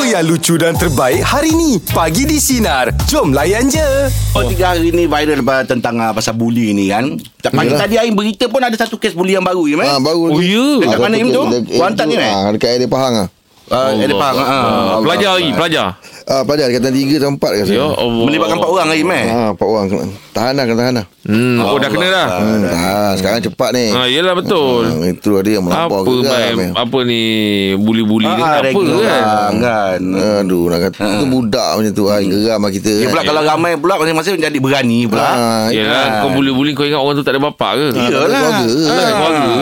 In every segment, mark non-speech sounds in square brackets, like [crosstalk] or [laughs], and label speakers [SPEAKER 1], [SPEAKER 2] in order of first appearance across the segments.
[SPEAKER 1] yang lucu dan terbaik hari ni. Pagi di Sinar. Jom layan je.
[SPEAKER 2] Oh, tiga hari ni viral bah, tentang uh, pasal buli ni kan. Tak pagi
[SPEAKER 3] Yalah.
[SPEAKER 2] tadi Aim berita pun ada satu kes buli yang baru Im eh.
[SPEAKER 3] Ha, baru
[SPEAKER 4] Oh, ya?
[SPEAKER 2] Dekat mana, Im, tu? Kuantan ni, eh?
[SPEAKER 3] eh? Dekat area Pahang ah.
[SPEAKER 2] Ah, ada faham. ah, ah.
[SPEAKER 4] Ah, Pelajar lagi Pelajar
[SPEAKER 3] Ah, pelajar dekat 3 atau 4
[SPEAKER 2] oh.
[SPEAKER 3] ke
[SPEAKER 4] Ya
[SPEAKER 3] sana.
[SPEAKER 4] Allah
[SPEAKER 2] Melibatkan empat orang Aim eh.
[SPEAKER 3] Ha, empat orang kena- tahanan lah, kena tahanan.
[SPEAKER 4] hmm, Oh dah kena
[SPEAKER 2] Ah,
[SPEAKER 4] dah
[SPEAKER 3] Hmm, ha, sekarang cepat ni.
[SPEAKER 2] ya,
[SPEAKER 4] ha, Yelah betul
[SPEAKER 3] Ha, itu ada yang melampau
[SPEAKER 4] Apa main Apa ni Buli-buli ni
[SPEAKER 2] Ah,
[SPEAKER 4] Apa
[SPEAKER 2] ragging
[SPEAKER 4] kan
[SPEAKER 3] lah.
[SPEAKER 2] orang kan.
[SPEAKER 3] Aduh nak kata Itu budak macam tu Ay, Geram lah
[SPEAKER 2] Ah.
[SPEAKER 3] kita
[SPEAKER 2] Hmm. Dia Eh, pula kalau ramai pula masing-masing jadi berani pula.
[SPEAKER 3] ha,
[SPEAKER 4] Yelah kau buli-buli Kau ingat orang tu tak ada bapak
[SPEAKER 3] Ah,
[SPEAKER 4] ke
[SPEAKER 2] Iyalah.
[SPEAKER 3] keluarga. lah.
[SPEAKER 2] Ah,
[SPEAKER 4] Keluarga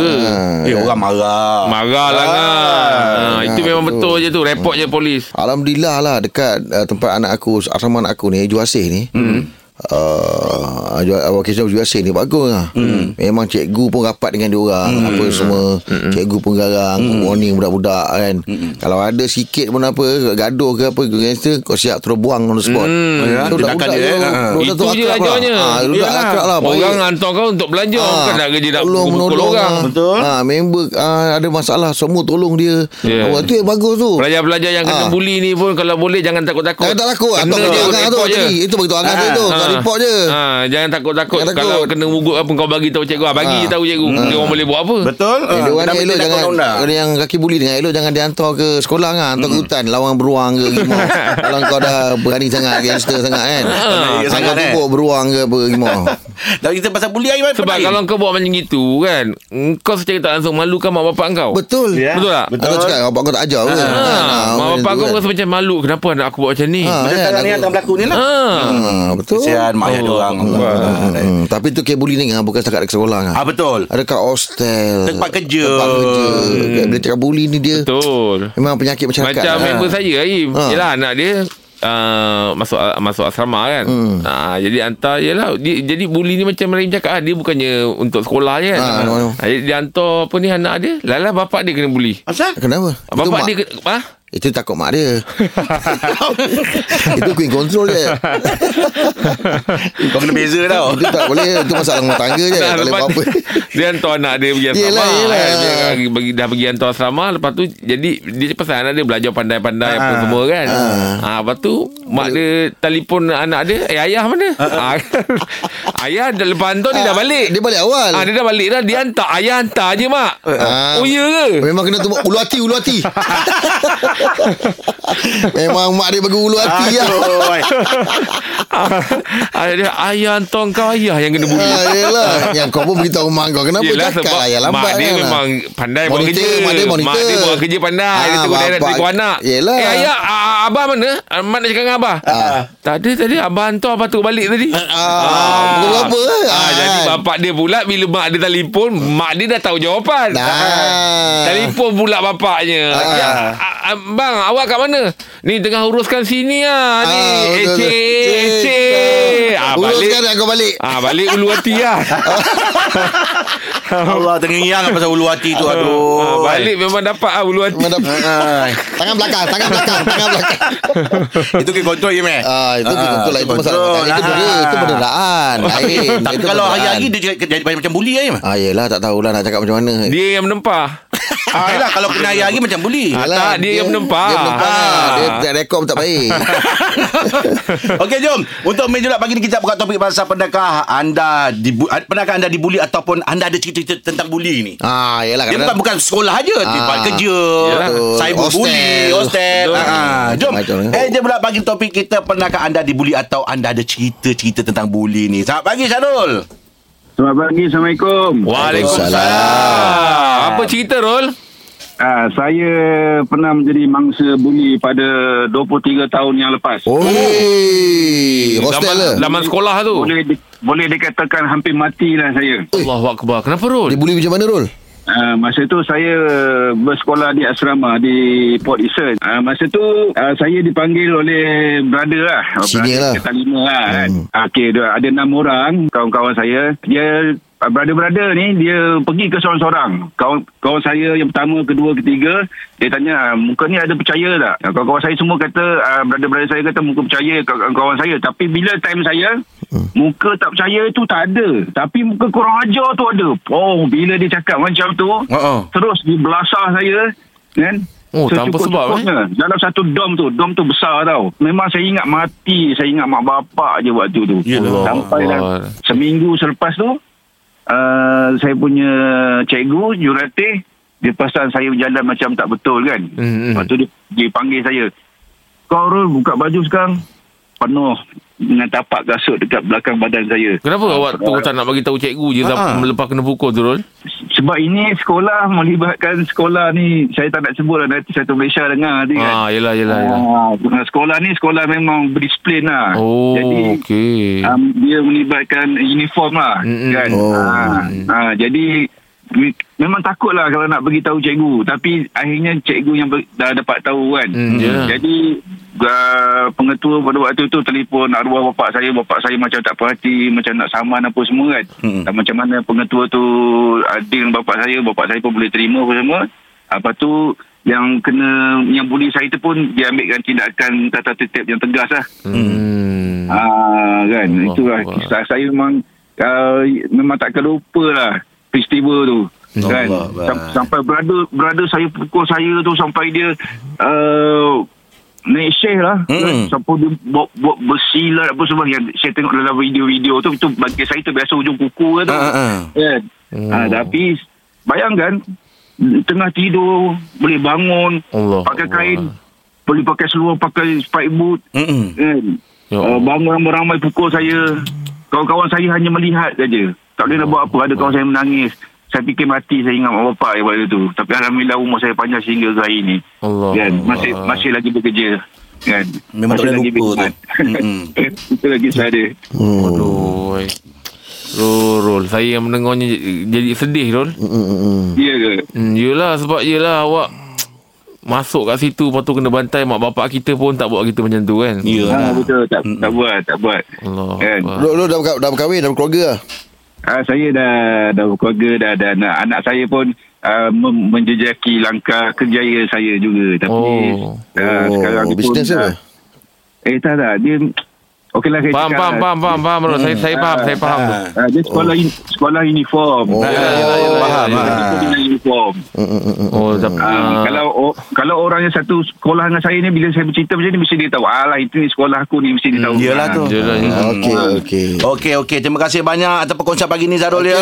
[SPEAKER 4] ke?
[SPEAKER 2] Eh, orang marah.
[SPEAKER 4] Marah lah kan ha, Itu
[SPEAKER 3] Ah,
[SPEAKER 4] memang
[SPEAKER 3] betul.
[SPEAKER 4] betul je tu Report je polis
[SPEAKER 3] Alhamdulillah lah Dekat uh, tempat anak aku Asrama anak aku ni Juasih ni hmm. Uh, awak kisah Juasih ni Bagus lah hmm. Memang cikgu pun rapat dengan dia orang hmm. Apa semua hmm. Cikgu pun garang hmm. Warning budak-budak kan hmm. Kalau ada sikit pun apa Gaduh ke apa Gangster Kau siap terus buang on the spot hmm.
[SPEAKER 2] Ya, tindakan dia, eh. Ha.
[SPEAKER 4] Itu je ajarnya
[SPEAKER 3] ha, Budak
[SPEAKER 2] Yelah.
[SPEAKER 3] akrab lah
[SPEAKER 4] Orang
[SPEAKER 3] baik.
[SPEAKER 4] hantar kau untuk belanja
[SPEAKER 3] Ah,
[SPEAKER 4] Bukan nak kerja nak
[SPEAKER 3] tolong
[SPEAKER 4] pukul
[SPEAKER 3] menolong
[SPEAKER 4] orang
[SPEAKER 3] ah.
[SPEAKER 2] Betul.
[SPEAKER 3] Ah, member ah, ada masalah semua tolong dia.
[SPEAKER 4] Ya.
[SPEAKER 3] Yeah. tu yang bagus tu.
[SPEAKER 4] Pelajar-pelajar yang kena
[SPEAKER 3] Ah.
[SPEAKER 4] buli ni pun Kalau boleh jangan takut-takut
[SPEAKER 3] Jangan tak takut
[SPEAKER 4] Kena
[SPEAKER 3] Atau
[SPEAKER 4] je
[SPEAKER 3] kalau angan tu
[SPEAKER 4] report je
[SPEAKER 3] tadi Itu bagi tu angan tu
[SPEAKER 2] Ah,
[SPEAKER 3] tu Kau
[SPEAKER 4] Ah.
[SPEAKER 3] Oh, report je
[SPEAKER 4] Ah, jangan takut-takut.
[SPEAKER 3] Jangan
[SPEAKER 4] Kalau
[SPEAKER 3] takut.
[SPEAKER 4] kena mugut apa kau bagi tahu cikgu. Ah, bagi
[SPEAKER 3] Ah.
[SPEAKER 4] je tahu cikgu. Dia orang boleh buat apa?
[SPEAKER 2] Betul?
[SPEAKER 3] Eh,
[SPEAKER 2] Ah,
[SPEAKER 3] dia orang
[SPEAKER 2] kita
[SPEAKER 3] ni
[SPEAKER 2] ambil
[SPEAKER 3] elok
[SPEAKER 2] tindakan
[SPEAKER 3] jangan
[SPEAKER 2] undang.
[SPEAKER 3] Orang yang kaki buli dengan elok Jangan dihantar ke sekolah kan Hantar ke
[SPEAKER 2] Hmm.
[SPEAKER 3] hutan Lawang beruang ke
[SPEAKER 4] [laughs]
[SPEAKER 3] gimau Kalau kau dah berani sangat Gangster sangat
[SPEAKER 4] Ah.
[SPEAKER 3] kan
[SPEAKER 2] Ya,
[SPEAKER 3] Kalau
[SPEAKER 2] sangat, eh.
[SPEAKER 3] cukup beruang ke apa gimau
[SPEAKER 2] Dah kita pasal buli Aim. apa
[SPEAKER 4] Sebab
[SPEAKER 2] Aim?
[SPEAKER 4] kalau kau buat macam gitu kan, kau secara tak langsung malukan mak bapak kau.
[SPEAKER 3] Betul
[SPEAKER 2] Ya.
[SPEAKER 4] Betul tak?
[SPEAKER 3] Betul Aku cakap Abang kau tak ajar ke Kan? Ah,
[SPEAKER 4] Ha, mak bapak kau rasa macam malu. Kenapa anak aku buat macam ni? Ha.
[SPEAKER 3] Ah, ya,
[SPEAKER 2] Macam sekarang ni yang tengah berlaku ni lah.
[SPEAKER 3] Hmm. Betul
[SPEAKER 2] Kesian mak ayah dia orang.
[SPEAKER 3] Hmm, Tapi tu kabuli ni kan Bukan setakat dekat sekolah kan
[SPEAKER 2] Ah betul.
[SPEAKER 3] Ada kat hostel
[SPEAKER 2] Tempat kerja.
[SPEAKER 3] Tempat kerja hmm. Bila cakap bully ni dia Betul.
[SPEAKER 4] Betul.
[SPEAKER 3] Memang penyakit masyarakat
[SPEAKER 4] Macam
[SPEAKER 3] lah.
[SPEAKER 4] member saya Aim.
[SPEAKER 3] Ha.
[SPEAKER 4] Ha. Yelah anak dia Uh, masuk masuk asrama kan hmm. uh, jadi hantar Yelah dia, jadi buli ni macam Rahim cakap ah, dia bukannya untuk sekolah je kan
[SPEAKER 3] Ah, no, no.
[SPEAKER 4] Ah, jadi dia hantar apa ni anak dia lalah bapak dia kena buli
[SPEAKER 2] Asal?
[SPEAKER 3] Kenapa? itu,
[SPEAKER 4] bapak
[SPEAKER 3] mak,
[SPEAKER 4] dia kena, ah?
[SPEAKER 3] itu takut mak
[SPEAKER 4] [laughs]
[SPEAKER 3] dia Itu queen control je
[SPEAKER 2] Kau kena beza
[SPEAKER 3] [laughs]
[SPEAKER 2] tau.
[SPEAKER 3] Itu tak boleh Itu masalah rumah tangga je
[SPEAKER 4] Dah,
[SPEAKER 3] Tak boleh
[SPEAKER 4] lepas
[SPEAKER 3] apa-apa
[SPEAKER 4] tu, [laughs] Dia hantar anak dia pergi asrama
[SPEAKER 3] Yelah, yelah.
[SPEAKER 4] kan. Dia pergi, pergi, Dah pergi hantar asrama Lepas tu Jadi dia pasal anak dia Belajar pandai-pandai Apa semua kan
[SPEAKER 3] Ah.
[SPEAKER 4] ha, Lepas tu Mak dia Telefon anak dia Eh ayah mana ha, [laughs] Ayah dah, lepas hantar Dia dah balik
[SPEAKER 3] Ah, Dia balik awal
[SPEAKER 4] ha, Dia dah balik dah Dia hantar Ayah hantar je mak
[SPEAKER 3] Ah.
[SPEAKER 4] Oh ya ke [laughs]
[SPEAKER 3] Memang kena tumbuk Ulu hati Ulu hati Memang mak dia bagi ulu hati lah
[SPEAKER 2] Aduh, ai.
[SPEAKER 4] Ah, dia, Ayah hantar kau Ayah yang kena buli
[SPEAKER 3] Ah, yelah Yang kau pun beritahu mak kau Kenapa
[SPEAKER 4] Yelah
[SPEAKER 3] cakap
[SPEAKER 4] sebab
[SPEAKER 3] lah Yang lambat
[SPEAKER 4] Mak dia
[SPEAKER 3] kan lah.
[SPEAKER 4] memang Pandai buat
[SPEAKER 3] Monitor,
[SPEAKER 4] kerja
[SPEAKER 3] mak dia monitor.
[SPEAKER 4] Mak dia buat kerja pandai Dia
[SPEAKER 3] Ah,
[SPEAKER 4] tengok direct
[SPEAKER 3] bapak-
[SPEAKER 4] Tengok anak
[SPEAKER 3] Yelah.
[SPEAKER 4] Eh ayah a- a- Abah mana Ah, Mak nak cakap dengan abah Tak ada tadi Abah hantar Abah tu balik tadi
[SPEAKER 3] Ah, pukul berapa?
[SPEAKER 4] ah,
[SPEAKER 3] Ah.
[SPEAKER 4] Jadi bapak dia pula Bila mak dia telefon Mak dia dah tahu jawapan
[SPEAKER 3] Ah.
[SPEAKER 4] Telefon pula bapaknya
[SPEAKER 3] Ah.
[SPEAKER 4] Ya, a- a- Bang awak kat mana Ni tengah uruskan sini ah Ni
[SPEAKER 3] Ah,
[SPEAKER 4] Eh
[SPEAKER 3] betul,
[SPEAKER 4] cik
[SPEAKER 3] betul.
[SPEAKER 4] eh, Cik Ah,
[SPEAKER 3] Urus
[SPEAKER 4] balik
[SPEAKER 3] sekarang kau
[SPEAKER 4] [laughs]
[SPEAKER 3] balik
[SPEAKER 4] Ah balik ulu hati
[SPEAKER 3] [laughs]
[SPEAKER 4] lah
[SPEAKER 2] Allah terngiang pasal ulu hati tu aduh.
[SPEAKER 4] Ah, balik memang dapat ah ulu hati.
[SPEAKER 3] Memang dah-
[SPEAKER 2] Ai.
[SPEAKER 3] Tangan belakang Tangan belakang Tangan belakang
[SPEAKER 2] Itu kena kontrol je meh.
[SPEAKER 3] Ah, itu ah, betul lah itu masalah
[SPEAKER 2] kontrol.
[SPEAKER 3] ah, itu benda itu benderaan lain.
[SPEAKER 2] lah. [laughs] Tapi
[SPEAKER 3] Itu
[SPEAKER 2] kalau
[SPEAKER 3] benderaan.
[SPEAKER 2] hari-hari dia jadi- jadi macam lah, buli Aim.
[SPEAKER 3] Ah yelah tak tahulah nak cakap macam mana.
[SPEAKER 4] Dia yang menempah.
[SPEAKER 2] [laughs] Ah, yelah, kalau kena hari-hari macam buli.
[SPEAKER 3] Ah.
[SPEAKER 4] Alah, tak, dia yang menempah.
[SPEAKER 3] Dia menempah.
[SPEAKER 4] Ah.
[SPEAKER 3] Dia tak rekod pun tak
[SPEAKER 4] [laughs]
[SPEAKER 3] baik.
[SPEAKER 2] Okey jom Untuk meja pagi ni Kita buka topik pasal Pernahkah anda dibu- Pernahkah anda dibuli Ataupun anda ada cerita-cerita Tentang buli ni
[SPEAKER 3] ah yelah
[SPEAKER 2] Dia bukan bukan sekolah aja, ah, tempat
[SPEAKER 3] Ah,
[SPEAKER 2] kerja,
[SPEAKER 4] Yalah.
[SPEAKER 2] cyber
[SPEAKER 3] Hostel.
[SPEAKER 2] bully, hostel.
[SPEAKER 4] Betul.
[SPEAKER 2] Ha, jom.
[SPEAKER 3] Macam-macam.
[SPEAKER 2] Eh je pula bagi topik kita pernahkah anda dibuli atau anda ada cerita-cerita tentang bully ni? Selamat pagi Syarul.
[SPEAKER 5] Selamat pagi, Assalamualaikum.
[SPEAKER 4] Waalaikumsalam. Apa cerita Rol?
[SPEAKER 5] Ah, saya pernah menjadi mangsa buli pada 23 tahun yang lepas.
[SPEAKER 3] Oh. Hostel
[SPEAKER 4] zaman,
[SPEAKER 3] lah.
[SPEAKER 4] zaman sekolah tu.
[SPEAKER 5] Boleh di, boleh dikatakan hampir matilah saya.
[SPEAKER 4] Allahu akbar. Kenapa
[SPEAKER 3] Dia
[SPEAKER 4] Rol?
[SPEAKER 3] bully macam mana Rul?
[SPEAKER 5] Ah, masa tu saya bersekolah di asrama di Port Eastern. Ah, masa tu ah, saya dipanggil oleh brother lah.
[SPEAKER 3] Senior lah.
[SPEAKER 5] brother Kita lima lah kan. Ah, Okey, dia- ada enam orang kawan-kawan saya. Dia ah, brother-brother ni dia pergi ke seorang-seorang. Kawan kawan saya yang pertama, kedua, ketiga, dia tanya ah, muka ni ada percaya tak? Ah, Kawan-kawan saya semua kata ah, brother-brother saya kata muka percaya kawan-kawan saya. Tapi bila time saya muka tak percaya tu tak ada. Tapi muka kurang ajar tu ada. Oh, bila dia cakap macam tu
[SPEAKER 2] Ha ah.
[SPEAKER 5] terus di belasah saya kan
[SPEAKER 4] Oh, tanpa sebab eh.
[SPEAKER 5] Secukup-cukupnya. Dalam satu dom tu Dom tu besar tau Memang saya ingat mati Saya ingat mak bapak je waktu tu
[SPEAKER 2] Yelah.
[SPEAKER 5] Sampai
[SPEAKER 4] Allah.
[SPEAKER 5] dah Seminggu selepas tu uh, Saya punya cikgu Juratih Dia perasan saya berjalan macam tak betul kan
[SPEAKER 4] Hmm, hmm.
[SPEAKER 5] Lepas tu dia, dia panggil saya Kau Rul buka baju sekarang Penuh Dengan tapak kasut dekat belakang badan saya
[SPEAKER 4] Kenapa awak tu
[SPEAKER 5] Sebab-
[SPEAKER 4] tak nak bagi tahu cikgu je
[SPEAKER 2] Ah.
[SPEAKER 4] ha. lepas kena pukul tu Rul?
[SPEAKER 5] Sebab ini sekolah melibatkan sekolah ni saya tak nak sebut lah nanti satu Malaysia dengar nanti kan.
[SPEAKER 4] Ah, yelah, yelah, yelah.
[SPEAKER 5] Ah, sekolah ni sekolah memang berdisiplin lah.
[SPEAKER 4] Oh,
[SPEAKER 5] jadi
[SPEAKER 4] okey.
[SPEAKER 5] um, dia melibatkan uniform lah
[SPEAKER 4] Mm-mm.
[SPEAKER 5] kan.
[SPEAKER 3] Oh.
[SPEAKER 5] Ah, ah, jadi we- memang takut lah kalau nak beritahu cikgu tapi akhirnya cikgu yang ber, dah dapat tahu kan.
[SPEAKER 4] Hmm, ya.
[SPEAKER 5] Jadi uh, pengetua pada waktu tu telefon arwah bapak saya bapak saya macam tak perhati macam nak saman apa semua kan.
[SPEAKER 2] Hmm.
[SPEAKER 5] Dan macam mana pengetua tu adil dengan bapak saya bapak saya pun boleh terima apa semua. Apa tu yang kena yang buli saya tu pun dia ambilkan tindakan tata tertib yang tegas lah.
[SPEAKER 4] Hmm.
[SPEAKER 5] Ah kan
[SPEAKER 4] Allah
[SPEAKER 5] itulah
[SPEAKER 4] Allah.
[SPEAKER 5] kisah saya memang uh, memang takkan lupa lah festival tu kan
[SPEAKER 2] Allah
[SPEAKER 5] Sam- sampai brother brother saya pukul saya tu sampai dia uh, naik share lah
[SPEAKER 2] Mm-mm.
[SPEAKER 5] mm. sampai dia buat, buat besi lah apa semua yang saya tengok dalam video-video tu itu bagi saya tu biasa ujung kuku ke tu
[SPEAKER 2] Ah, ah, ah.
[SPEAKER 5] kan
[SPEAKER 4] Oh.
[SPEAKER 5] ah, tapi bayangkan tengah tidur boleh bangun
[SPEAKER 4] Allah,
[SPEAKER 5] pakai
[SPEAKER 4] Oh, Allah.
[SPEAKER 5] kain boleh pakai seluar pakai spike boot
[SPEAKER 2] Mm-mm.
[SPEAKER 5] kan
[SPEAKER 4] Ya
[SPEAKER 5] uh,
[SPEAKER 4] Allah.
[SPEAKER 5] bangun ramai-ramai pukul saya kawan-kawan saya hanya melihat saja tak boleh nak buat apa ada kawan saya menangis saya fikir mati saya ingat mak bapak saya waktu tu tapi Alhamdulillah umur saya panjang sehingga ke hari ini
[SPEAKER 4] Allah.
[SPEAKER 5] kan masih masih lagi bekerja kan
[SPEAKER 2] Memang tak
[SPEAKER 5] masih
[SPEAKER 2] boleh
[SPEAKER 5] lagi
[SPEAKER 2] lupa
[SPEAKER 5] berkhidmat.
[SPEAKER 2] tu. Mm-mm.
[SPEAKER 5] [laughs] itu lagi saya ada
[SPEAKER 4] Aduh. ai. Rul, Rul. Saya yang mendengarnya j- jadi sedih, Rul.
[SPEAKER 5] ya ke
[SPEAKER 4] Hmm, yelah, sebab yelah awak masuk kat situ lepas tu kena bantai mak bapak kita pun tak buat kita macam tu kan.
[SPEAKER 2] Ya.
[SPEAKER 5] Ha, betul tak, tak buat tak buat
[SPEAKER 4] Allah.
[SPEAKER 5] Kan?
[SPEAKER 4] Akbar.
[SPEAKER 3] Lu, lu dah, berka- dah berkahwin Dah berkeluarga lah
[SPEAKER 5] Ah, saya dah dah berkeluarga dah dan anak, anak saya pun uh, menjejaki langkah kerjaya saya juga tapi
[SPEAKER 4] Oh.
[SPEAKER 5] oh. Uh,
[SPEAKER 3] Oh,
[SPEAKER 5] sekarang ni pun
[SPEAKER 3] business
[SPEAKER 5] dah,
[SPEAKER 3] apa?
[SPEAKER 5] eh tak tak dia okeylah saya
[SPEAKER 4] Faham,
[SPEAKER 5] cakap
[SPEAKER 4] faham,
[SPEAKER 5] lah.
[SPEAKER 4] faham, faham, faham, Rul. Saya, saya faham, saya faham.
[SPEAKER 2] Ah.
[SPEAKER 5] Ah, dia sekolah oh. in, sekolah uniform.
[SPEAKER 3] Oh.
[SPEAKER 5] Ah,
[SPEAKER 2] Yelah,
[SPEAKER 4] yelah, yelah,
[SPEAKER 2] faham,
[SPEAKER 4] yelah.
[SPEAKER 5] dia
[SPEAKER 2] ah.
[SPEAKER 5] sekolah uniform.
[SPEAKER 4] Oh, tapi...
[SPEAKER 5] Ah,
[SPEAKER 4] ah.
[SPEAKER 5] kalau o, kalau orang yang satu sekolah dengan saya ni bila saya bercerita macam ni mesti dia tahu. Alah itu ni sekolah aku ni mesti dia tahu. Ah.
[SPEAKER 2] Yelah tu.
[SPEAKER 4] Yelah, yelah.
[SPEAKER 3] Okey Okey
[SPEAKER 2] Okey okey terima kasih banyak atas perkongsian pagi ni Zarul ya.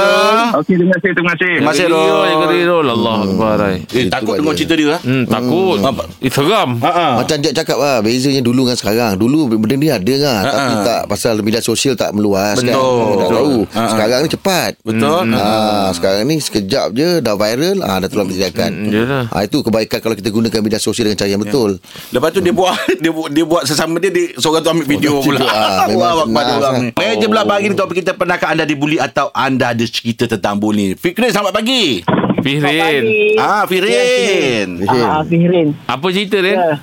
[SPEAKER 5] Okey terima kasih terima kasih.
[SPEAKER 2] Terima kasih,
[SPEAKER 4] Rul.
[SPEAKER 2] Rul.
[SPEAKER 4] Ya, keri, Rul. Allah Akbar, ai.
[SPEAKER 2] Eh takut
[SPEAKER 3] Itu
[SPEAKER 2] dengar
[SPEAKER 3] aja.
[SPEAKER 2] cerita dia ah.
[SPEAKER 4] Hmm, takut. Eh, seram.
[SPEAKER 2] Ha ah.
[SPEAKER 3] Macam dia cakap lah Bezanya dulu dengan sekarang Dulu benda ni ada lah
[SPEAKER 2] Ha-ha.
[SPEAKER 3] Tapi tak Pasal media sosial tak meluas kan
[SPEAKER 2] Betul.
[SPEAKER 3] Kita Tak
[SPEAKER 2] Betul.
[SPEAKER 3] tahu
[SPEAKER 2] Ha-ha.
[SPEAKER 3] Sekarang ni cepat
[SPEAKER 2] Betul.
[SPEAKER 3] Ah, sekarang ni sekejap je dah viral, ah dah terlalu
[SPEAKER 4] Hmm,
[SPEAKER 3] tindakan.
[SPEAKER 4] yelah.
[SPEAKER 3] Ah itu kebaikan kalau kita gunakan media sosial dengan cara yang betul.
[SPEAKER 2] Lepas tu dia buat [laughs] dia buat, dia buat sesama dia, dia seorang tu ambil video
[SPEAKER 3] dia
[SPEAKER 2] pula.
[SPEAKER 3] juga,
[SPEAKER 2] [laughs]
[SPEAKER 3] ah, memang
[SPEAKER 2] Wah,
[SPEAKER 3] senang,
[SPEAKER 2] pada orang ni.
[SPEAKER 3] senang.
[SPEAKER 2] Meja pula pagi ni topik kita pernahkah anda dibuli atau anda ada cerita tentang buli? Fikrin selamat pagi.
[SPEAKER 4] Fihrin.
[SPEAKER 2] Ah Firin.
[SPEAKER 6] Ah, ah, Fihrin.
[SPEAKER 4] Apa cerita, Rin?
[SPEAKER 6] Ya.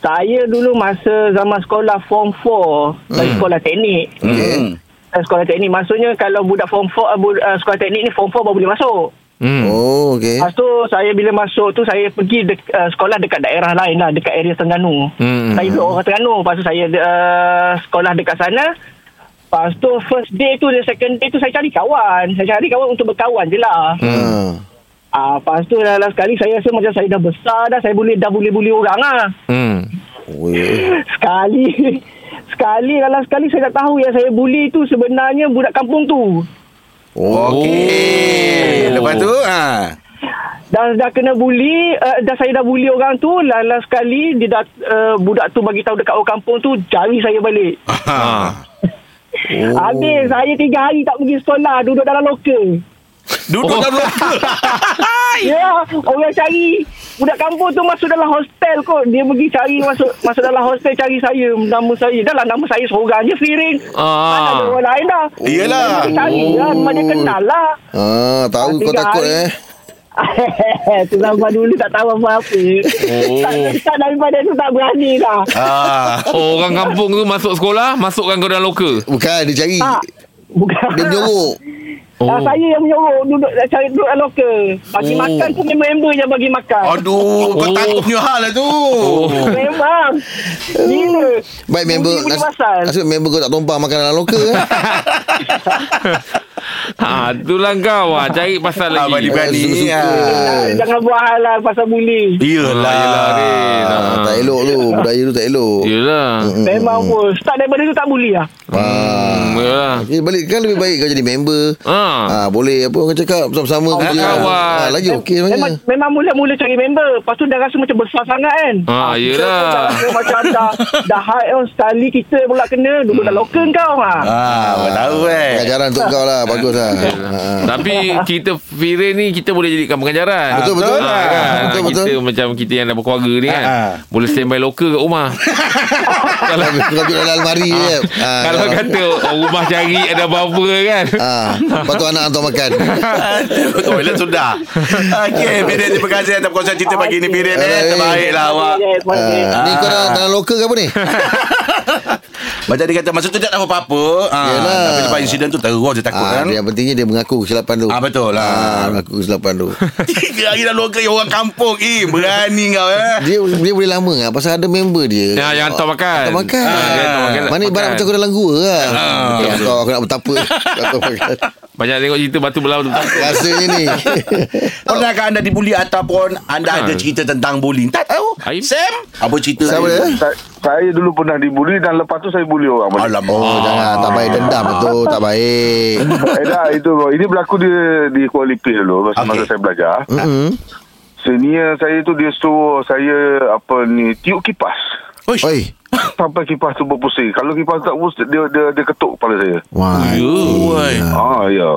[SPEAKER 6] Saya dulu masa zaman sekolah form 4, saya sekolah teknik.
[SPEAKER 2] Hmm.
[SPEAKER 6] Saya sekolah teknik maksudnya kalau budak form 4 uh, bud- uh, sekolah teknik ni form 4 baru boleh masuk.
[SPEAKER 4] Hmm.
[SPEAKER 3] Oh, okey.
[SPEAKER 6] Lepas tu saya bila masuk tu saya pergi dek, uh, sekolah dekat daerah lain lah dekat area Terengganu.
[SPEAKER 4] Hmm.
[SPEAKER 6] Saya duduk orang Terengganu. Lepas tu saya uh, sekolah dekat sana. Lepas tu first day tu dan second day tu saya cari kawan. Saya cari kawan untuk berkawan je lah.
[SPEAKER 3] Ah.
[SPEAKER 6] Ah, lepas tu dalam sekali saya rasa macam saya dah besar dah. Saya boleh dah boleh buli orang lah. [laughs]
[SPEAKER 4] Hmm.
[SPEAKER 3] Weh.
[SPEAKER 6] Sekali Sekali dalam sekali saya tak tahu yang saya bully tu sebenarnya budak kampung tu.
[SPEAKER 3] Oh.
[SPEAKER 2] Okey. Eh, Lepas tu ah.
[SPEAKER 6] Dah dah kena bully, uh, dah saya dah bully orang tu, lalas sekali dia dah uh, budak tu bagi tahu dekat orang kampung tu cari
[SPEAKER 2] [laughs]
[SPEAKER 6] saya balik.
[SPEAKER 4] Ah.
[SPEAKER 6] Oh. [laughs] Habis saya tiga hari tak pergi sekolah, duduk dalam loker.
[SPEAKER 2] Duduk dalam loker.
[SPEAKER 6] [laughs] Ya, orang cari budak kampung tu masuk dalam hostel kot. Dia pergi cari masuk masuk dalam hostel cari saya, nama saya. Dah lah nama saya seorang je Firin. Mana ada
[SPEAKER 4] Ah.
[SPEAKER 6] orang lain dah.
[SPEAKER 2] Iyalah.
[SPEAKER 6] Dia cari lah, memang dia kenal lah.
[SPEAKER 3] Ah, tahu
[SPEAKER 6] Tiga
[SPEAKER 3] kau takut
[SPEAKER 6] hari.
[SPEAKER 3] eh.
[SPEAKER 6] tu zaman dulu tak tahu apa-apa.
[SPEAKER 4] Oh.
[SPEAKER 6] Tak, tak daripada tu tak berani lah.
[SPEAKER 2] Ah.
[SPEAKER 4] Oh, orang kampung tu masuk sekolah, masukkan kau dalam loka.
[SPEAKER 3] Bukan dia cari.
[SPEAKER 6] Tak. Bukan.
[SPEAKER 3] Dia menyorok.
[SPEAKER 4] Oh.
[SPEAKER 6] Ah, saya yang menyorok duduk cari duduk dalam loka. Bagi
[SPEAKER 4] Oh.
[SPEAKER 6] makan pun member-member yang bagi makan.
[SPEAKER 2] Aduh, kau
[SPEAKER 4] Oh.
[SPEAKER 2] takut punya hal lah tu.
[SPEAKER 6] Memang. Gila.
[SPEAKER 3] Baik member
[SPEAKER 6] Budi punya
[SPEAKER 3] nas-
[SPEAKER 6] pasal.
[SPEAKER 3] Nasib member kau tak tumpang makanan lokal eh.
[SPEAKER 4] Ha, itulah kau. Ha, cari pasal
[SPEAKER 2] Ah,
[SPEAKER 4] lagi.
[SPEAKER 2] balik berani.
[SPEAKER 3] Suka-suka.
[SPEAKER 2] Ah.
[SPEAKER 6] Jangan buat hal lah pasal bully.
[SPEAKER 2] Iyalah.
[SPEAKER 4] Ah, yelah, Rin.
[SPEAKER 3] Ah, tak elok tu Budaya tu tak elok
[SPEAKER 4] Yelah.
[SPEAKER 2] Hmm.
[SPEAKER 6] Memang pun. Start daripada tu tak bully lah.
[SPEAKER 3] ah.
[SPEAKER 4] Hmm, Yelah.
[SPEAKER 3] Okay, balik kan lebih baik kau jadi member
[SPEAKER 4] Ha.
[SPEAKER 3] Ah, boleh apa orang cakap sama-sama
[SPEAKER 4] Ah, kawan.
[SPEAKER 3] Ah, lagi okey
[SPEAKER 6] Memang,
[SPEAKER 3] sebenarnya.
[SPEAKER 6] memang mula-mula cari member. Lepas tu dah rasa macam besar sangat kan.
[SPEAKER 4] Ah, yelah.
[SPEAKER 6] kita pun dah rasa macam dah, dah high on. Sekali kita pula kena. Duduk dalam loker kau. Ha.
[SPEAKER 2] Ah, ah tahu eh.
[SPEAKER 3] Pengajaran untuk kau lah Baguslah ah.
[SPEAKER 4] Tapi kita Fira ni kita boleh jadikan pengajaran.
[SPEAKER 3] Betul, betul. Ah,
[SPEAKER 4] Ha, kan?
[SPEAKER 3] Betul,
[SPEAKER 4] Betul, betul. Kita
[SPEAKER 3] betul. Ah,
[SPEAKER 4] macam kita yang dah berkeluarga ni kan.
[SPEAKER 2] Ha, ha.
[SPEAKER 4] Boleh standby loker kat rumah.
[SPEAKER 3] Kalau kau duduk dalam almari je ah,
[SPEAKER 4] [laughs] Kalau
[SPEAKER 3] kau-
[SPEAKER 4] kata oh, rumah cari ada apa-apa kan.
[SPEAKER 3] Ah, lepas tu anak hantar makan.
[SPEAKER 2] Toilet sudah. Okey, Firin terima kasih atas perkongsian cerita pagi ni Firin eh.
[SPEAKER 3] Alright.
[SPEAKER 2] Terbaiklah awak.
[SPEAKER 6] Yes, okay.
[SPEAKER 3] Ah, ni kau dah dalam loker ke apa ni?
[SPEAKER 2] Macam dia kata masa tu tak tahu apa-apa. Ah,
[SPEAKER 3] Yelah.
[SPEAKER 2] tapi lepas insiden tu terus dia takut kan.
[SPEAKER 3] Ah,
[SPEAKER 2] [laughs]
[SPEAKER 3] yang pentingnya dia mengaku kesilapan tu.
[SPEAKER 2] Ah, betul lah.
[SPEAKER 3] Ah, mengaku kesilapan tu.
[SPEAKER 2] Tiga hari dah loka yang orang kampung. Eh, berani kau eh.
[SPEAKER 3] Dia dia boleh lama kan pasal ada member dia.
[SPEAKER 4] Ya, yang hantar makan.
[SPEAKER 3] Hantar makan.
[SPEAKER 4] Ah, dia hantar makan,
[SPEAKER 3] Mana
[SPEAKER 4] makan.
[SPEAKER 3] ibarat macam kau dalam gua lah.
[SPEAKER 2] betul,
[SPEAKER 3] Ah, kau aku nak bertapa. Kau hantar makan.
[SPEAKER 4] Banyak tengok cerita batu belah betul.
[SPEAKER 3] Rasanya ni.
[SPEAKER 2] Pernahkah anda dibuli ataupun anda
[SPEAKER 4] Ha.
[SPEAKER 2] ada cerita tentang bullying? Tak tahu.
[SPEAKER 4] Aim.
[SPEAKER 2] Sam, apa cerita?
[SPEAKER 3] Siapa
[SPEAKER 2] Aim?
[SPEAKER 3] dia?
[SPEAKER 5] Sa- saya dulu pernah dibuli dan lepas tu saya bully orang. balik.
[SPEAKER 2] Alamak.
[SPEAKER 3] Oh, jangan tak baik dendam tu, tak baik.
[SPEAKER 5] Eh dah itu ini berlaku di di Kuala Lumpur dulu masa,
[SPEAKER 2] Okey.
[SPEAKER 5] masa saya belajar.
[SPEAKER 3] Mm-mm.
[SPEAKER 5] Senior saya tu dia suruh saya apa ni tiup kipas. [coughs]
[SPEAKER 2] Uish.
[SPEAKER 3] Oi.
[SPEAKER 5] Sampai kipas tu berpusing. Kalau kipas tak berpusing dia dia, dia ketuk kepala saya.
[SPEAKER 3] Wah.
[SPEAKER 2] Oi.
[SPEAKER 5] Ah ya.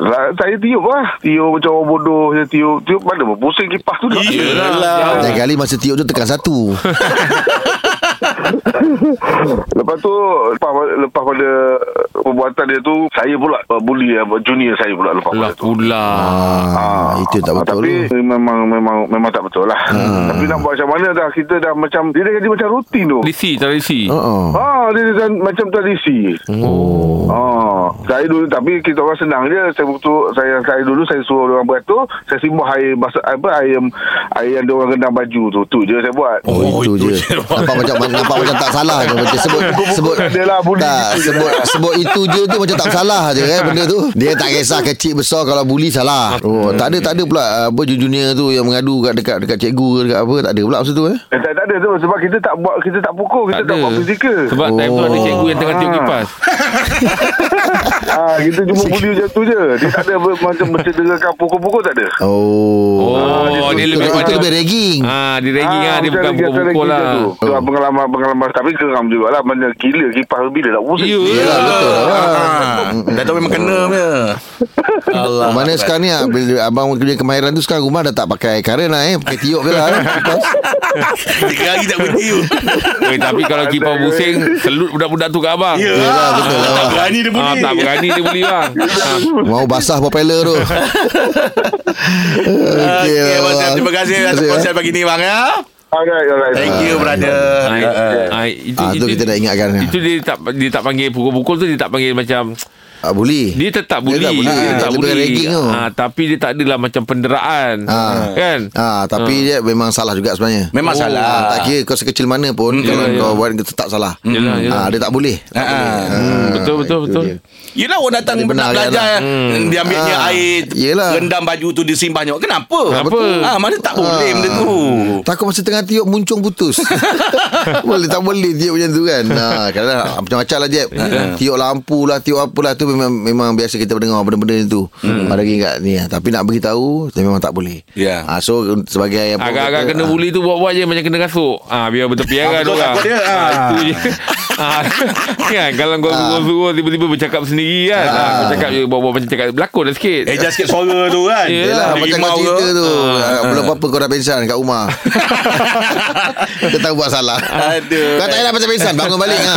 [SPEAKER 5] Lah, Saya tiup lah. Tiup macam orang bodoh saya tiup. Tiup mana berpusing kipas tu. dah.
[SPEAKER 2] Yelah.
[SPEAKER 3] Lain kali masa tiup tu tekan satu.
[SPEAKER 5] Ya. Lepas tu lepas, lepas pada perbuatan dia tu saya pula uh, bully uh, junior saya pula lepas
[SPEAKER 4] Lah
[SPEAKER 5] pada tu.
[SPEAKER 4] pula.
[SPEAKER 3] Ah, itu tak
[SPEAKER 5] Ah,
[SPEAKER 3] betul lah. Hmm.
[SPEAKER 5] tapi
[SPEAKER 3] tu.
[SPEAKER 5] memang memang memang tak betul lah tapi nak buat macam mana dah kita dah macam dia dah jadi macam rutin tu
[SPEAKER 4] Tradisi, tradisi.
[SPEAKER 3] Oh.
[SPEAKER 5] Ah, dia dah macam tradisi.
[SPEAKER 3] Hmm.
[SPEAKER 5] Oh. Ah, saya dulu tapi kita orang senang je. Saya betul saya saya dulu saya suruh orang beratur, saya simbah air basah apa air air yang dia orang rendam baju tu. Tu je saya buat.
[SPEAKER 3] Oh,
[SPEAKER 2] itu
[SPEAKER 3] itu, je.
[SPEAKER 2] je.
[SPEAKER 3] [laughs] Nampak macam nampak macam tak salah je macam sebut sebut
[SPEAKER 5] dia lah, bully
[SPEAKER 3] tak
[SPEAKER 5] itu je.
[SPEAKER 3] sebut sebut itu je tu macam tak salah je kan benda tu. Dia tak kisah kecil besar kalau bully salah. Oh, tak ada tak ada pula uh, apa junior tu yang mengadu kat dekat dekat cikgu ke dekat apa tak ada pula masa tu eh.
[SPEAKER 5] Eh, tak, tak ada tu sebab kita tak buat kita tak pukul, kita tak, tak buat fizikal.
[SPEAKER 4] Sebab oh. time tu ada cikgu yang tengah tiup
[SPEAKER 5] Ah.
[SPEAKER 4] kipas.
[SPEAKER 5] Ah, kita cuma bully macam tu je. Dia tak ada ber- macam mencederakan pukul-pukul tak ada.
[SPEAKER 3] Oh.
[SPEAKER 4] Oh,
[SPEAKER 5] dia
[SPEAKER 4] dia
[SPEAKER 5] tu-
[SPEAKER 4] lebih
[SPEAKER 3] Itu, itu
[SPEAKER 4] macam
[SPEAKER 3] lebih ragging.
[SPEAKER 4] Ah, dia ragging ah, dia
[SPEAKER 5] macam
[SPEAKER 4] bukan
[SPEAKER 5] lagi-
[SPEAKER 4] pukul-pukul
[SPEAKER 5] lagi
[SPEAKER 4] lah.
[SPEAKER 5] macam Tu
[SPEAKER 3] Hmm.
[SPEAKER 5] Itu lah pengalaman-pengalaman tapi geram jugalah mana gila kipas bila dah pusing.
[SPEAKER 4] Yelah,
[SPEAKER 3] betul lah.
[SPEAKER 2] Ah, Dah tahu memang kena punya. Allah.
[SPEAKER 3] Mana sekarang ni ah, bila abang punya kemahiran tu sekarang rumah dah tak pakai karen lah eh pakai tiup je lah. eh. Kipas.
[SPEAKER 2] Tiga hari tak berhenti you.
[SPEAKER 4] Eh, tapi kalau kipas pusing, selut budak-budak tu kat abang.
[SPEAKER 2] Ya.
[SPEAKER 3] betul lah. Ya.
[SPEAKER 2] Tak berani dia
[SPEAKER 4] Ah,
[SPEAKER 2] bully.
[SPEAKER 4] tak berani dia beli
[SPEAKER 2] [laughs]
[SPEAKER 4] bang. Ah.
[SPEAKER 3] Mau basah propeller tu.
[SPEAKER 2] Okey,
[SPEAKER 3] Okey
[SPEAKER 2] Abang Sam,
[SPEAKER 3] bang.
[SPEAKER 2] terima kasih atas
[SPEAKER 3] Terima kasih, eh.
[SPEAKER 2] konsep pagi ni bang ya.
[SPEAKER 5] Alright, alright.
[SPEAKER 2] Thank you brother.
[SPEAKER 4] Ah,
[SPEAKER 2] Ah, ah.
[SPEAKER 4] ah, itu,
[SPEAKER 3] Ah, tu kita nak ingatkan.
[SPEAKER 4] Itu dia tak dia tak panggil pukul-pukul tu dia tak panggil macam
[SPEAKER 3] Ah, bully.
[SPEAKER 4] dia
[SPEAKER 3] Dia
[SPEAKER 4] tetap bully.
[SPEAKER 3] tak
[SPEAKER 4] Dia,
[SPEAKER 3] bully.
[SPEAKER 4] tetap
[SPEAKER 3] Dia
[SPEAKER 4] bully.
[SPEAKER 3] bukan ragging tu.
[SPEAKER 4] Ah, tapi dia tak adalah macam penderaan.
[SPEAKER 3] Ah.
[SPEAKER 4] Kan?
[SPEAKER 3] Ah, tapi dia memang salah juga sebenarnya.
[SPEAKER 2] Memang
[SPEAKER 3] Oh,
[SPEAKER 2] salah.
[SPEAKER 3] Ah, tak kira kau sekecil mana pun kalau
[SPEAKER 4] yalah.
[SPEAKER 3] kau buat dia tetap salah.
[SPEAKER 4] Yalah, yalah.
[SPEAKER 3] Ah, dia tak boleh. Tak
[SPEAKER 2] Ah,
[SPEAKER 3] boleh.
[SPEAKER 2] ah.
[SPEAKER 3] Ah,
[SPEAKER 4] Betul betul
[SPEAKER 3] itu
[SPEAKER 4] betul.
[SPEAKER 3] dia.
[SPEAKER 2] Yelah orang datang
[SPEAKER 3] Dia benar
[SPEAKER 2] nak
[SPEAKER 3] kan,
[SPEAKER 2] belajar
[SPEAKER 3] Anak?
[SPEAKER 2] hmm. Dia ambilnya
[SPEAKER 3] Ah,
[SPEAKER 2] air
[SPEAKER 3] yelah.
[SPEAKER 2] Rendam baju tu Dia simbahnya Kenapa?
[SPEAKER 4] Kenapa?
[SPEAKER 2] Ah, mana tak boleh
[SPEAKER 3] Ah.
[SPEAKER 2] benda tu
[SPEAKER 3] Takut masa tengah tiup muncung putus. boleh tak boleh tiup macam tu kan. Nah, kadang macam-macam lah Jeb. tiup lampu lah, tiup apalah tu memang memang biasa kita dengar benda-benda itu. Hmm. Ada ingat ni. ah. Tapi nak beritahu saya memang tak boleh.
[SPEAKER 2] Ya.
[SPEAKER 3] Ah, so sebagai apa
[SPEAKER 4] Agak-agak
[SPEAKER 3] kata,
[SPEAKER 4] kena
[SPEAKER 3] ah,
[SPEAKER 4] bully tu buat-buat je macam kena kasut. Ah biar bertepiaran
[SPEAKER 2] betul,
[SPEAKER 4] orang.
[SPEAKER 2] takut dia. Ah.
[SPEAKER 4] Itu je. Ah, [laughs] kan kalau
[SPEAKER 3] Ah.
[SPEAKER 4] kau suruh-suruh tiba-tiba bercakap sendiri kan. Ah, kau cakap je buat-buat macam cakap berlakon dah sikit. Ya lah.
[SPEAKER 2] Eh just sikit suara tu kan
[SPEAKER 4] Yelah,
[SPEAKER 3] Yelah macam kau
[SPEAKER 2] Rimau
[SPEAKER 3] cerita
[SPEAKER 2] ke?
[SPEAKER 3] tu Ah, Belum apa-apa kau dah pensan kat rumah Kau tahu buat salah
[SPEAKER 2] Aduh.
[SPEAKER 3] Kau tak payah pasal pensan Bangun balik ha.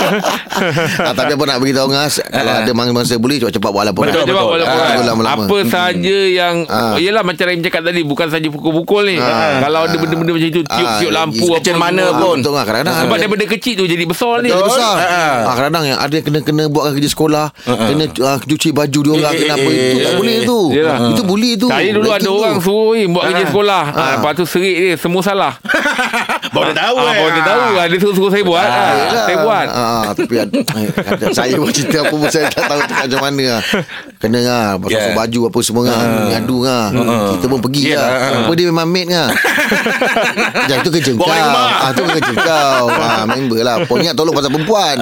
[SPEAKER 3] ah, Tapi apa nak beritahu Ngas Kalau ada mangsa-mangsa boleh Cepat-cepat buat laporan
[SPEAKER 4] Betul, betul, betul,
[SPEAKER 3] Ah,
[SPEAKER 4] betul.
[SPEAKER 3] lama-lama.
[SPEAKER 4] kan, Apa saja yang oh,
[SPEAKER 3] Ah.
[SPEAKER 4] Yelah macam Rahim cakap tadi Bukan saja pukul-pukul ni Ah. Kalau ada benda-benda macam itu Tiup-tiup
[SPEAKER 3] Ah,
[SPEAKER 4] lampu
[SPEAKER 3] sekecil
[SPEAKER 4] apa
[SPEAKER 2] mana
[SPEAKER 4] semua. Ah.
[SPEAKER 2] pun.
[SPEAKER 3] Betul lah kadang-kadang
[SPEAKER 4] Sebab
[SPEAKER 3] ada-
[SPEAKER 4] daripada kecil tu Jadi besar ni
[SPEAKER 3] Jadi besar
[SPEAKER 2] Ah.
[SPEAKER 3] ah, Kadang-kadang yang ada kena-kena Buatkan kerja sekolah Kena ah, cuci baju dia orang
[SPEAKER 2] Eh, eh,
[SPEAKER 3] Kenapa
[SPEAKER 2] eh,
[SPEAKER 3] Itu
[SPEAKER 2] eh,
[SPEAKER 3] tak
[SPEAKER 2] eh,
[SPEAKER 3] boleh
[SPEAKER 2] eh.
[SPEAKER 3] tu Ah.
[SPEAKER 4] Yelah.
[SPEAKER 3] Itu bully tu
[SPEAKER 4] Saya dulu ada
[SPEAKER 3] Ranking tu.
[SPEAKER 4] orang suruh eh, buat kerja sekolah. Ha,
[SPEAKER 3] Ah.
[SPEAKER 4] lepas tu serik dia semua salah.
[SPEAKER 2] [laughs] Baru dia tahu
[SPEAKER 4] Ah,
[SPEAKER 2] eh.
[SPEAKER 4] baru dia tahu. Ah, Dia suruh-suruh saya buat. ah.
[SPEAKER 3] Yelah.
[SPEAKER 4] Saya buat.
[SPEAKER 3] ah, Tapi ad- eh, kadang Saya pun cerita apa pun Saya tak tahu cakap macam mana lah. Kena lah Pasal
[SPEAKER 2] Yeah.
[SPEAKER 3] yeah. baju apa semua lah Ngadu lah Kita pun pergi
[SPEAKER 2] Yeah,
[SPEAKER 3] lah
[SPEAKER 2] ah.
[SPEAKER 3] Apa dia memang mate lah Ya itu kerja
[SPEAKER 2] Buat
[SPEAKER 3] kau
[SPEAKER 2] orang rumah.
[SPEAKER 3] ah, Itu kerja kau ah, Member lah Ponyat tolong pasal perempuan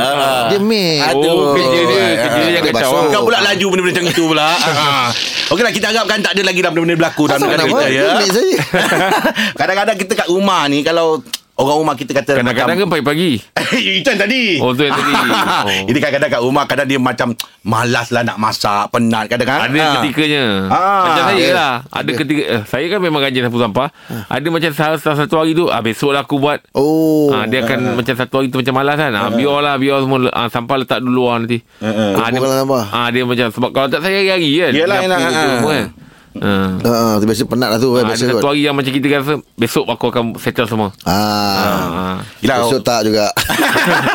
[SPEAKER 3] Dia mate
[SPEAKER 4] Oh, kerja dia. Kerja dia yang
[SPEAKER 3] Dia
[SPEAKER 4] kacau.
[SPEAKER 3] basuh.
[SPEAKER 2] Kau pula laju benda-benda macam itu
[SPEAKER 4] [laughs]
[SPEAKER 2] pula. Ah. Okeylah kita harapkan tak ada lagi dah benda-benda berlaku dalam
[SPEAKER 3] Asal
[SPEAKER 2] negara
[SPEAKER 3] kenapa
[SPEAKER 2] kita ya.
[SPEAKER 3] Dia mate saja
[SPEAKER 2] [laughs] Kadang-kadang kita kat rumah ni kalau orang rumah kita kata
[SPEAKER 4] Kadang-kadang
[SPEAKER 2] macam-
[SPEAKER 4] kan pagi-pagi.
[SPEAKER 2] [laughs] itu yang tadi.
[SPEAKER 4] Oh, tu yang tadi. Oh.
[SPEAKER 2] Ini kadang-kadang kat rumah kadang dia macam malas lah nak masak, penat kadang-kadang.
[SPEAKER 4] Ada
[SPEAKER 2] Ah.
[SPEAKER 4] ketikanya
[SPEAKER 2] Ah,
[SPEAKER 4] Macam saya
[SPEAKER 2] ya.
[SPEAKER 4] lah Ada ketika eh, Saya kan memang rajin sapu sampah Ada macam salah, salah satu hari tu ah, Besok lah aku buat
[SPEAKER 3] Oh
[SPEAKER 4] Ah, dia akan macam satu hari tu macam malas kan. Ah, biarlah, biar semua le- ah, sampah letak dulu luar nanti. Ah, dia,
[SPEAKER 3] Tumpukan dalam apa?
[SPEAKER 4] ah, dia macam sebab kalau tak saya hari-hari kan.
[SPEAKER 2] Yelah,
[SPEAKER 4] Dia
[SPEAKER 2] yelah,
[SPEAKER 4] aku
[SPEAKER 2] ah.
[SPEAKER 4] semua kan. Ah.
[SPEAKER 3] Ah, tu biasa penat lah tu
[SPEAKER 4] Ah,
[SPEAKER 3] kan,
[SPEAKER 4] ada
[SPEAKER 3] biasa
[SPEAKER 4] satu
[SPEAKER 3] kot.
[SPEAKER 4] hari yang macam kita rasa besok aku akan settle semua.
[SPEAKER 3] Ah.
[SPEAKER 4] Ah.
[SPEAKER 2] Yelah,
[SPEAKER 3] Besok tak juga.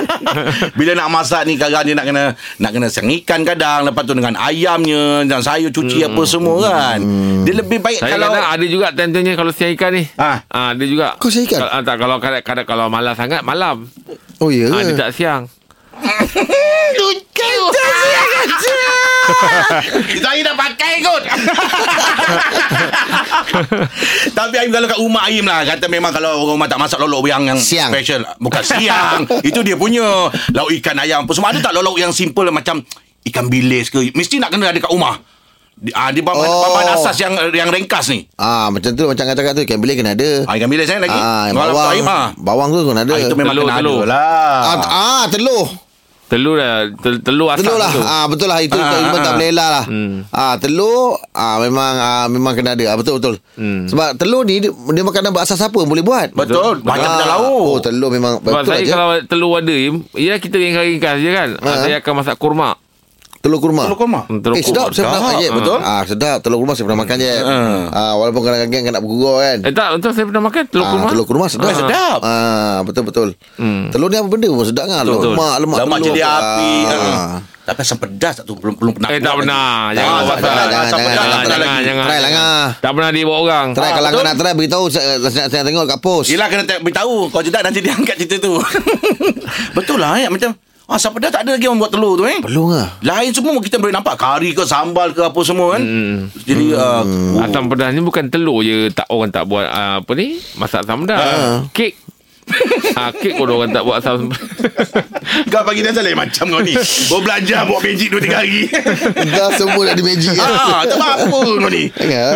[SPEAKER 2] [laughs] Bila nak masak ni kadang dia nak kena nak kena siang ikan kadang lepas tu dengan ayamnya dan sayur cuci apa semua kan. Dia lebih baik
[SPEAKER 4] Saya
[SPEAKER 2] kalau
[SPEAKER 4] kalau kadang ada juga tentunya kalau siang ikan ni.
[SPEAKER 2] Ah.
[SPEAKER 4] Ah, ada juga.
[SPEAKER 3] Kau siang ikan?
[SPEAKER 4] Ah, tak kalau kadang, kadang kalau malas sangat malam.
[SPEAKER 3] Oh ya.
[SPEAKER 4] Ah,
[SPEAKER 3] Yeah.
[SPEAKER 4] dia tak siang.
[SPEAKER 2] Saya dah pakai kot [laughs] Tapi Aim kalau kat rumah Aim lah Kata memang kalau orang rumah tak masak Lauk-lauk yang, yang
[SPEAKER 3] Siang.
[SPEAKER 2] special Bukan siang Itu dia punya Lauk ikan ayam apa Semua ada tak lauk-lauk yang simple lah, Macam ikan bilis ke Mesti nak kena ada kat rumah Ah, dia bahan,
[SPEAKER 3] Oh.
[SPEAKER 2] bahan asas yang yang ringkas ni.
[SPEAKER 3] Ah, macam tu macam kata cakap tu ikan bilis kena ada.
[SPEAKER 2] Ah, ikan bilis kan lagi.
[SPEAKER 3] Ah,
[SPEAKER 2] Kalau
[SPEAKER 3] bawang.
[SPEAKER 2] Aim ah.
[SPEAKER 3] Bawang tu kena ada.
[SPEAKER 2] Ah, itu memang
[SPEAKER 4] Telur,
[SPEAKER 2] kena
[SPEAKER 4] telur.
[SPEAKER 2] ada lah.
[SPEAKER 3] Ah, ah telur.
[SPEAKER 4] Telur dah tel, telur asam
[SPEAKER 3] Telur lah.
[SPEAKER 4] tu.
[SPEAKER 3] Ah, betul lah itu
[SPEAKER 2] Ah,
[SPEAKER 3] ah,
[SPEAKER 2] ah,
[SPEAKER 3] tak
[SPEAKER 2] ah.
[SPEAKER 3] boleh elah lah. Ah, telur ah memang ah, memang kena ada. Ah, betul betul. Sebab telur ni dia, dia makanan berasas apa boleh buat.
[SPEAKER 2] Betul, banyak benda lauk.
[SPEAKER 3] Oh, telur memang
[SPEAKER 4] Sebab
[SPEAKER 3] betul
[SPEAKER 4] saya
[SPEAKER 3] lah je.
[SPEAKER 4] kalau telur ada Im, Ya kita ringkas-ringkas je kan ah,
[SPEAKER 3] Ah.
[SPEAKER 4] Saya akan masak kurma
[SPEAKER 3] Telur kurma.
[SPEAKER 2] Telur kurma.
[SPEAKER 4] Telur
[SPEAKER 3] eh, sedap saya pernah makan je.
[SPEAKER 2] betul?
[SPEAKER 3] Ah, sedap telur kurma saya pernah makan je. Ah, walaupun kadang-kadang kena bergurau kan.
[SPEAKER 4] Eh tak, entah saya pernah makan telur
[SPEAKER 3] Ah,
[SPEAKER 4] kurma.
[SPEAKER 3] Telur kurma sedap.
[SPEAKER 2] Ah, sedap.
[SPEAKER 3] Ah, betul betul. Hmm. Telur ni apa benda pun sedap kan.
[SPEAKER 4] Betul.
[SPEAKER 3] Lemak, lemak,
[SPEAKER 2] Lemak
[SPEAKER 3] telur.
[SPEAKER 2] jadi api.
[SPEAKER 3] Ah.
[SPEAKER 2] Ah. Tapi asam pedas tak tu belum belum pernah.
[SPEAKER 4] Eh tak
[SPEAKER 2] buat
[SPEAKER 4] pernah.
[SPEAKER 2] lagi.
[SPEAKER 4] Jangan
[SPEAKER 2] Ah, tak
[SPEAKER 4] buat pasal.
[SPEAKER 2] pernah.
[SPEAKER 3] Jangan,
[SPEAKER 2] Asam
[SPEAKER 3] jangan,
[SPEAKER 2] pedas
[SPEAKER 4] jangan,
[SPEAKER 2] tak
[SPEAKER 3] jangan,
[SPEAKER 2] lagi.
[SPEAKER 4] jangan, ah.
[SPEAKER 3] Try lah, ngah.
[SPEAKER 4] Tak pernah dia buat orang.
[SPEAKER 3] Try
[SPEAKER 2] Ah,
[SPEAKER 3] kalau
[SPEAKER 2] betul.
[SPEAKER 3] kau nak try beritahu saya, saya, saya tengok kat post.
[SPEAKER 2] Yelah kena te- beritahu Kau jedak nanti dia angkat cerita tu [laughs] Betul lah eh Macam ah, Siapa dah tak ada lagi orang buat telur tu eh
[SPEAKER 3] Belum ah.
[SPEAKER 2] Lain semua kita boleh nampak Kari ke sambal ke apa semua kan Jadi ah,
[SPEAKER 3] Hmm.
[SPEAKER 2] oh.
[SPEAKER 4] Asam pedas ni bukan telur je tak orang tak buat ah, apa ni? Masak asam pedas. Kek. [laughs] ah kek pun orang tak buat asam
[SPEAKER 2] Kau pagi dah salah macam kau ni Kau belajar buat magic 2-3 hari
[SPEAKER 3] Dah semua dah di magic.
[SPEAKER 2] [laughs]
[SPEAKER 3] kan? Ya.
[SPEAKER 2] ah, Tak apa kau ni
[SPEAKER 3] Jangan.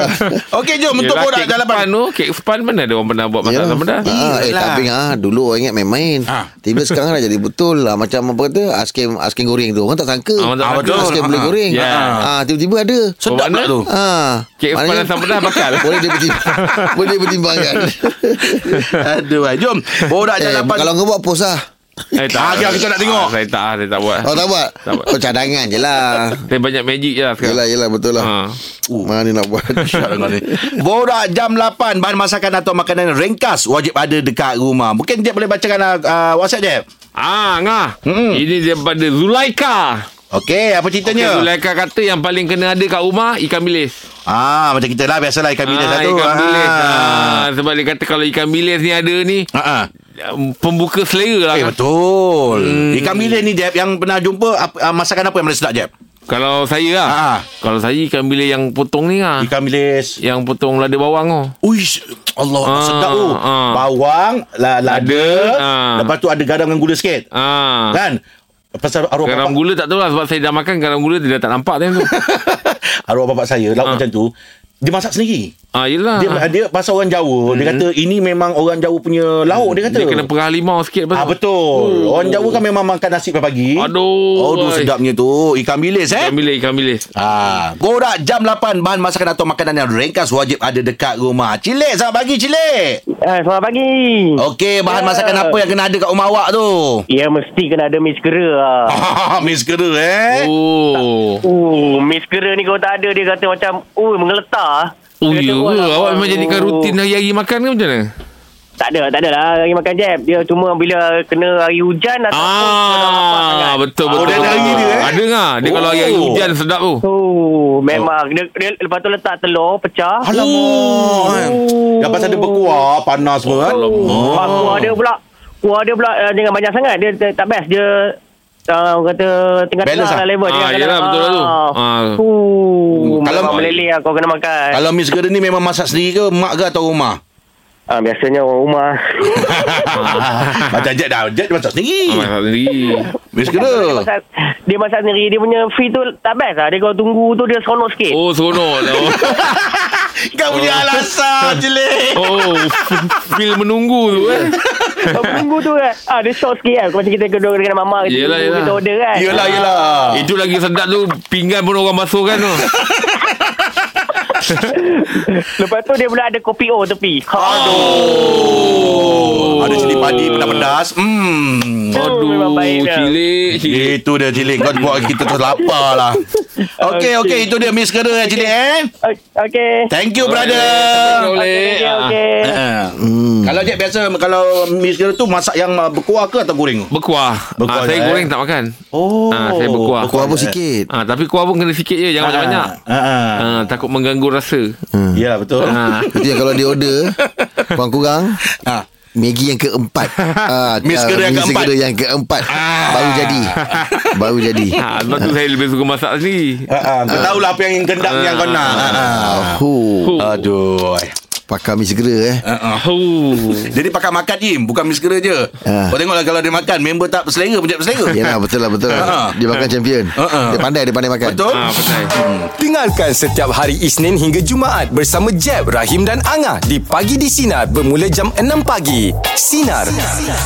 [SPEAKER 2] Okey jom Untuk borak
[SPEAKER 4] kek
[SPEAKER 2] dalam
[SPEAKER 4] span tu, kek span mana ada orang pernah buat masak asam pedas?
[SPEAKER 3] Ah, eh
[SPEAKER 2] Yelah.
[SPEAKER 3] tapi ah dulu orang ingat main-main.
[SPEAKER 2] Ah.
[SPEAKER 3] Tiba sekarang dah jadi betul lah macam apa kata askim askim goreng tu. Orang tak sangka.
[SPEAKER 4] Orang tak
[SPEAKER 2] Ah,
[SPEAKER 4] sangka.
[SPEAKER 2] betul.
[SPEAKER 3] Askim
[SPEAKER 2] Ah,
[SPEAKER 3] boleh goreng.
[SPEAKER 4] ya.
[SPEAKER 3] Ah tiba-tiba ada.
[SPEAKER 2] Sedap
[SPEAKER 4] Berwarna?
[SPEAKER 2] tak [laughs] tu
[SPEAKER 3] Ah.
[SPEAKER 4] Kek
[SPEAKER 3] maknanya-
[SPEAKER 4] span asam pedas bakal.
[SPEAKER 3] [laughs] Boleh dia bertimbang Boleh dia bertimbangkan
[SPEAKER 2] [laughs] Aduh ai, Jom Borak
[SPEAKER 3] Eh
[SPEAKER 2] dalam
[SPEAKER 3] kalau kau buat post lah
[SPEAKER 4] Eh
[SPEAKER 2] Ah, okey, kita nak tengok.
[SPEAKER 4] Ah, saya tak, ah, saya tak buat.
[SPEAKER 3] Oh tak buat
[SPEAKER 4] Tak buat.
[SPEAKER 3] Oh cadangan je lah
[SPEAKER 4] Saya banyak magic je lah sekarang.
[SPEAKER 3] Yelah yelah betul lah
[SPEAKER 4] Ah.
[SPEAKER 3] uh. Mana nak buat [laughs]
[SPEAKER 2] Syarat kau ni. Borak jam 8 Bahan masakan atau makanan ringkas Wajib ada dekat rumah Mungkin Jeb boleh bacakan uh, uh, WhatsApp Jeb
[SPEAKER 4] Ah, ngah.
[SPEAKER 2] Mm-mm.
[SPEAKER 4] Ini daripada Zulaika.
[SPEAKER 2] Okey apa ceritanya
[SPEAKER 4] Okay, Zulaika kata yang paling kena ada kat rumah ikan bilis.
[SPEAKER 2] Ah macam kita lah biasalah ikan bilis satu.
[SPEAKER 4] Ikan
[SPEAKER 2] Ah.
[SPEAKER 4] bilis. Ah, sebab dia kata kalau ikan bilis ni ada ni
[SPEAKER 2] Ah. ah.
[SPEAKER 4] um, pembuka selera lah.
[SPEAKER 2] Eh
[SPEAKER 4] kan.
[SPEAKER 2] betul.
[SPEAKER 4] Hmm.
[SPEAKER 2] Ikan bilis ni Jeb yang pernah jumpa apa, ah, masakan apa yang paling sedap Jeb?
[SPEAKER 4] Kalau saya lah.
[SPEAKER 2] Ah.
[SPEAKER 4] Kalau saya ikan bilis yang potong ni lah.
[SPEAKER 2] Ikan bilis.
[SPEAKER 4] Yang potong lada bawang tu.
[SPEAKER 2] Uish Allah
[SPEAKER 4] Ah,
[SPEAKER 2] sedap tu.
[SPEAKER 4] ah.
[SPEAKER 2] Bawang, la, lada,
[SPEAKER 4] ah.
[SPEAKER 2] lepas tu ada garam dengan gula sikit.
[SPEAKER 4] Ah.
[SPEAKER 2] Kan? Pasal arwah
[SPEAKER 4] Garam
[SPEAKER 2] bapak,
[SPEAKER 4] gula tak tahu lah sebab saya dah makan garam gula dia dah tak nampak time tu.
[SPEAKER 2] [laughs] arwah bapak saya lauk macam tu dia masak sendiri.
[SPEAKER 4] ah, yelah.
[SPEAKER 2] Dia dia pasal orang Jawa, dia kata ini memang orang Jawa punya lauk dia kata.
[SPEAKER 4] Dia kena perah limau sikit lepas
[SPEAKER 2] Ah
[SPEAKER 4] tu.
[SPEAKER 2] betul. Orang Jawa kan memang makan nasi pagi.
[SPEAKER 4] Aduh.
[SPEAKER 2] Aduh sedapnya tu ikan bilis eh.
[SPEAKER 4] Ikan bilis, ikan bilis.
[SPEAKER 2] Ah, Gorak jam 8 bahan masakan atau makanan yang ringkas wajib ada dekat rumah. Cilik selamat pagi cilik.
[SPEAKER 6] Eh, selamat pagi.
[SPEAKER 4] Hmm.
[SPEAKER 2] Okey, bahan
[SPEAKER 6] Ya.
[SPEAKER 2] masakan apa yang kena ada kat rumah awak tu?
[SPEAKER 6] Ya, mesti kena ada mis kera lah.
[SPEAKER 2] [laughs]
[SPEAKER 7] ah.
[SPEAKER 2] Miss kera eh.
[SPEAKER 4] Ah. Oh.
[SPEAKER 6] Uh, mis kera ni kalau tak ada, dia kata macam, uh, mengeletar.
[SPEAKER 4] Oh
[SPEAKER 7] ah."
[SPEAKER 6] Dia kata,
[SPEAKER 4] ya
[SPEAKER 6] "Wah,
[SPEAKER 4] ke?
[SPEAKER 6] lah,
[SPEAKER 4] Awak
[SPEAKER 6] bang."
[SPEAKER 4] memang jadikan
[SPEAKER 6] Oh.
[SPEAKER 4] rutin hari-hari makan ke macam mana?
[SPEAKER 7] Tak ada, tak adalah lagi makan jam. Dia cuma bila kena hari hujan atau
[SPEAKER 4] Ah, betul betul.
[SPEAKER 2] Oh, dia ada hari dia, eh?
[SPEAKER 4] Ada ngah. Dia kalau hari
[SPEAKER 2] Oh.
[SPEAKER 4] hujan sedap tu.
[SPEAKER 7] Oh, memang. Dia, dia, lepas tu letak telur, pecah.
[SPEAKER 4] Oh.
[SPEAKER 2] Alamak. kan. Yang pasal dia berkuah panas pun kan.
[SPEAKER 7] Oh. Kuah dia pula, kuah dia pula uh, jangan banyak sangat. Dia, dia tak best. Dia uh, orang kata tengah-tengah
[SPEAKER 2] Balance
[SPEAKER 7] lah
[SPEAKER 2] lah.
[SPEAKER 7] level.
[SPEAKER 4] Ah, yelah, betul lah tu. Ah.
[SPEAKER 7] Uh,
[SPEAKER 2] Kalau-
[SPEAKER 7] kalau meleleh lah kau kena makan.
[SPEAKER 2] Kalau Miss Gerda ni memang masak sendiri ke mak ke atau [laughs] rumah?
[SPEAKER 7] Ah, biasanya orang rumah.
[SPEAKER 2] Macam Jet dah. Jet dia masak
[SPEAKER 4] Ah,
[SPEAKER 2] sendiri.
[SPEAKER 4] masak sendiri.
[SPEAKER 2] Miss
[SPEAKER 7] Dia
[SPEAKER 2] Gerda.
[SPEAKER 7] masak, dia masak sendiri Dia punya fee tu tak best lah Dia kalau tunggu tu Dia seronok sikit
[SPEAKER 4] Oh, [laughs] seronok tu.
[SPEAKER 2] Kau punya alasan jelek.
[SPEAKER 4] Oh, feel menunggu tu eh.
[SPEAKER 7] Kalau tunggu tu kan ah, Dia shock sikit kan Kalau Macam kita kedua dengan mama kita,
[SPEAKER 4] Yelah,
[SPEAKER 7] tunggu,
[SPEAKER 4] yelah.
[SPEAKER 7] kita order kan
[SPEAKER 2] [laughs] Yelah, yelah.
[SPEAKER 4] Itu lagi sedap tu pinggan pun orang basuhkan tu.
[SPEAKER 7] Lepas tu dia pula ada kopi O tepi Aduh
[SPEAKER 2] Oh, ada cili padi pedas-pedas. Hmm.
[SPEAKER 4] Aduh,
[SPEAKER 7] memang baik dah.
[SPEAKER 4] cilik, cilik.
[SPEAKER 2] Itu dia cilik Kau buat kita terlapar [laughs] lah Okey okey Itu dia Miss Gerda eh, cilik eh
[SPEAKER 7] lah. Okay
[SPEAKER 2] Thank you
[SPEAKER 4] Boleh,
[SPEAKER 2] brother
[SPEAKER 4] Boleh.
[SPEAKER 7] Okay,
[SPEAKER 4] Ah.
[SPEAKER 7] okay.
[SPEAKER 2] Ah. Kalau Jack biasa Kalau Miss Gerda tu Masak yang ah, berkuah ke atau goreng
[SPEAKER 4] Berkuah.
[SPEAKER 2] Berkuah
[SPEAKER 4] ah, saya
[SPEAKER 2] dah, eh?
[SPEAKER 4] goreng tak makan.
[SPEAKER 2] Oh
[SPEAKER 4] Ah, saya berkuah.
[SPEAKER 3] Kau apa sikit
[SPEAKER 4] Ah, tapi kuah pun kena sikit je, jangan
[SPEAKER 2] Ah,
[SPEAKER 4] banyak-banyak.
[SPEAKER 2] ah, ah.
[SPEAKER 4] Ah, takut mengganggu rasa.
[SPEAKER 2] Yalah Ya, betul
[SPEAKER 4] Ah.
[SPEAKER 3] Nanti kalau dia order Kurang-kurang
[SPEAKER 2] Ah.
[SPEAKER 3] Maggi yang keempat ah,
[SPEAKER 2] Miss
[SPEAKER 3] ah,
[SPEAKER 2] Gerda yang
[SPEAKER 3] Miss
[SPEAKER 2] keempat.
[SPEAKER 3] Gerda yang keempat Baru jadi Baru jadi
[SPEAKER 4] Ah, sebab tu saya lebih suka masak sendiri.
[SPEAKER 2] Ah, ah, Kau tahulah apa yang kendang yang kau nak Ah, ah.
[SPEAKER 3] Ha. Hu,
[SPEAKER 2] Aduh
[SPEAKER 3] Pakar Miss Gerda eh
[SPEAKER 4] Oh.
[SPEAKER 2] Jadi pakai makan Im Bukan Miss Gerda je
[SPEAKER 3] Ah.
[SPEAKER 2] Kau tengoklah kalau dia makan Member tak berselera Pencet berselera
[SPEAKER 3] Yelah betul lah betul
[SPEAKER 2] Ha.
[SPEAKER 3] lah Dia makan champion
[SPEAKER 2] Ha.
[SPEAKER 3] Dia pandai dia pandai makan
[SPEAKER 2] Betul
[SPEAKER 4] Ah, pandai.
[SPEAKER 1] Dengarkan setiap hari Isnin hingga Jumaat bersama Jeb, Rahim dan Angah di Pagi di Sinar bermula jam 6 pagi. Sinar.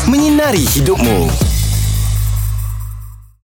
[SPEAKER 1] Menyinari hidupmu.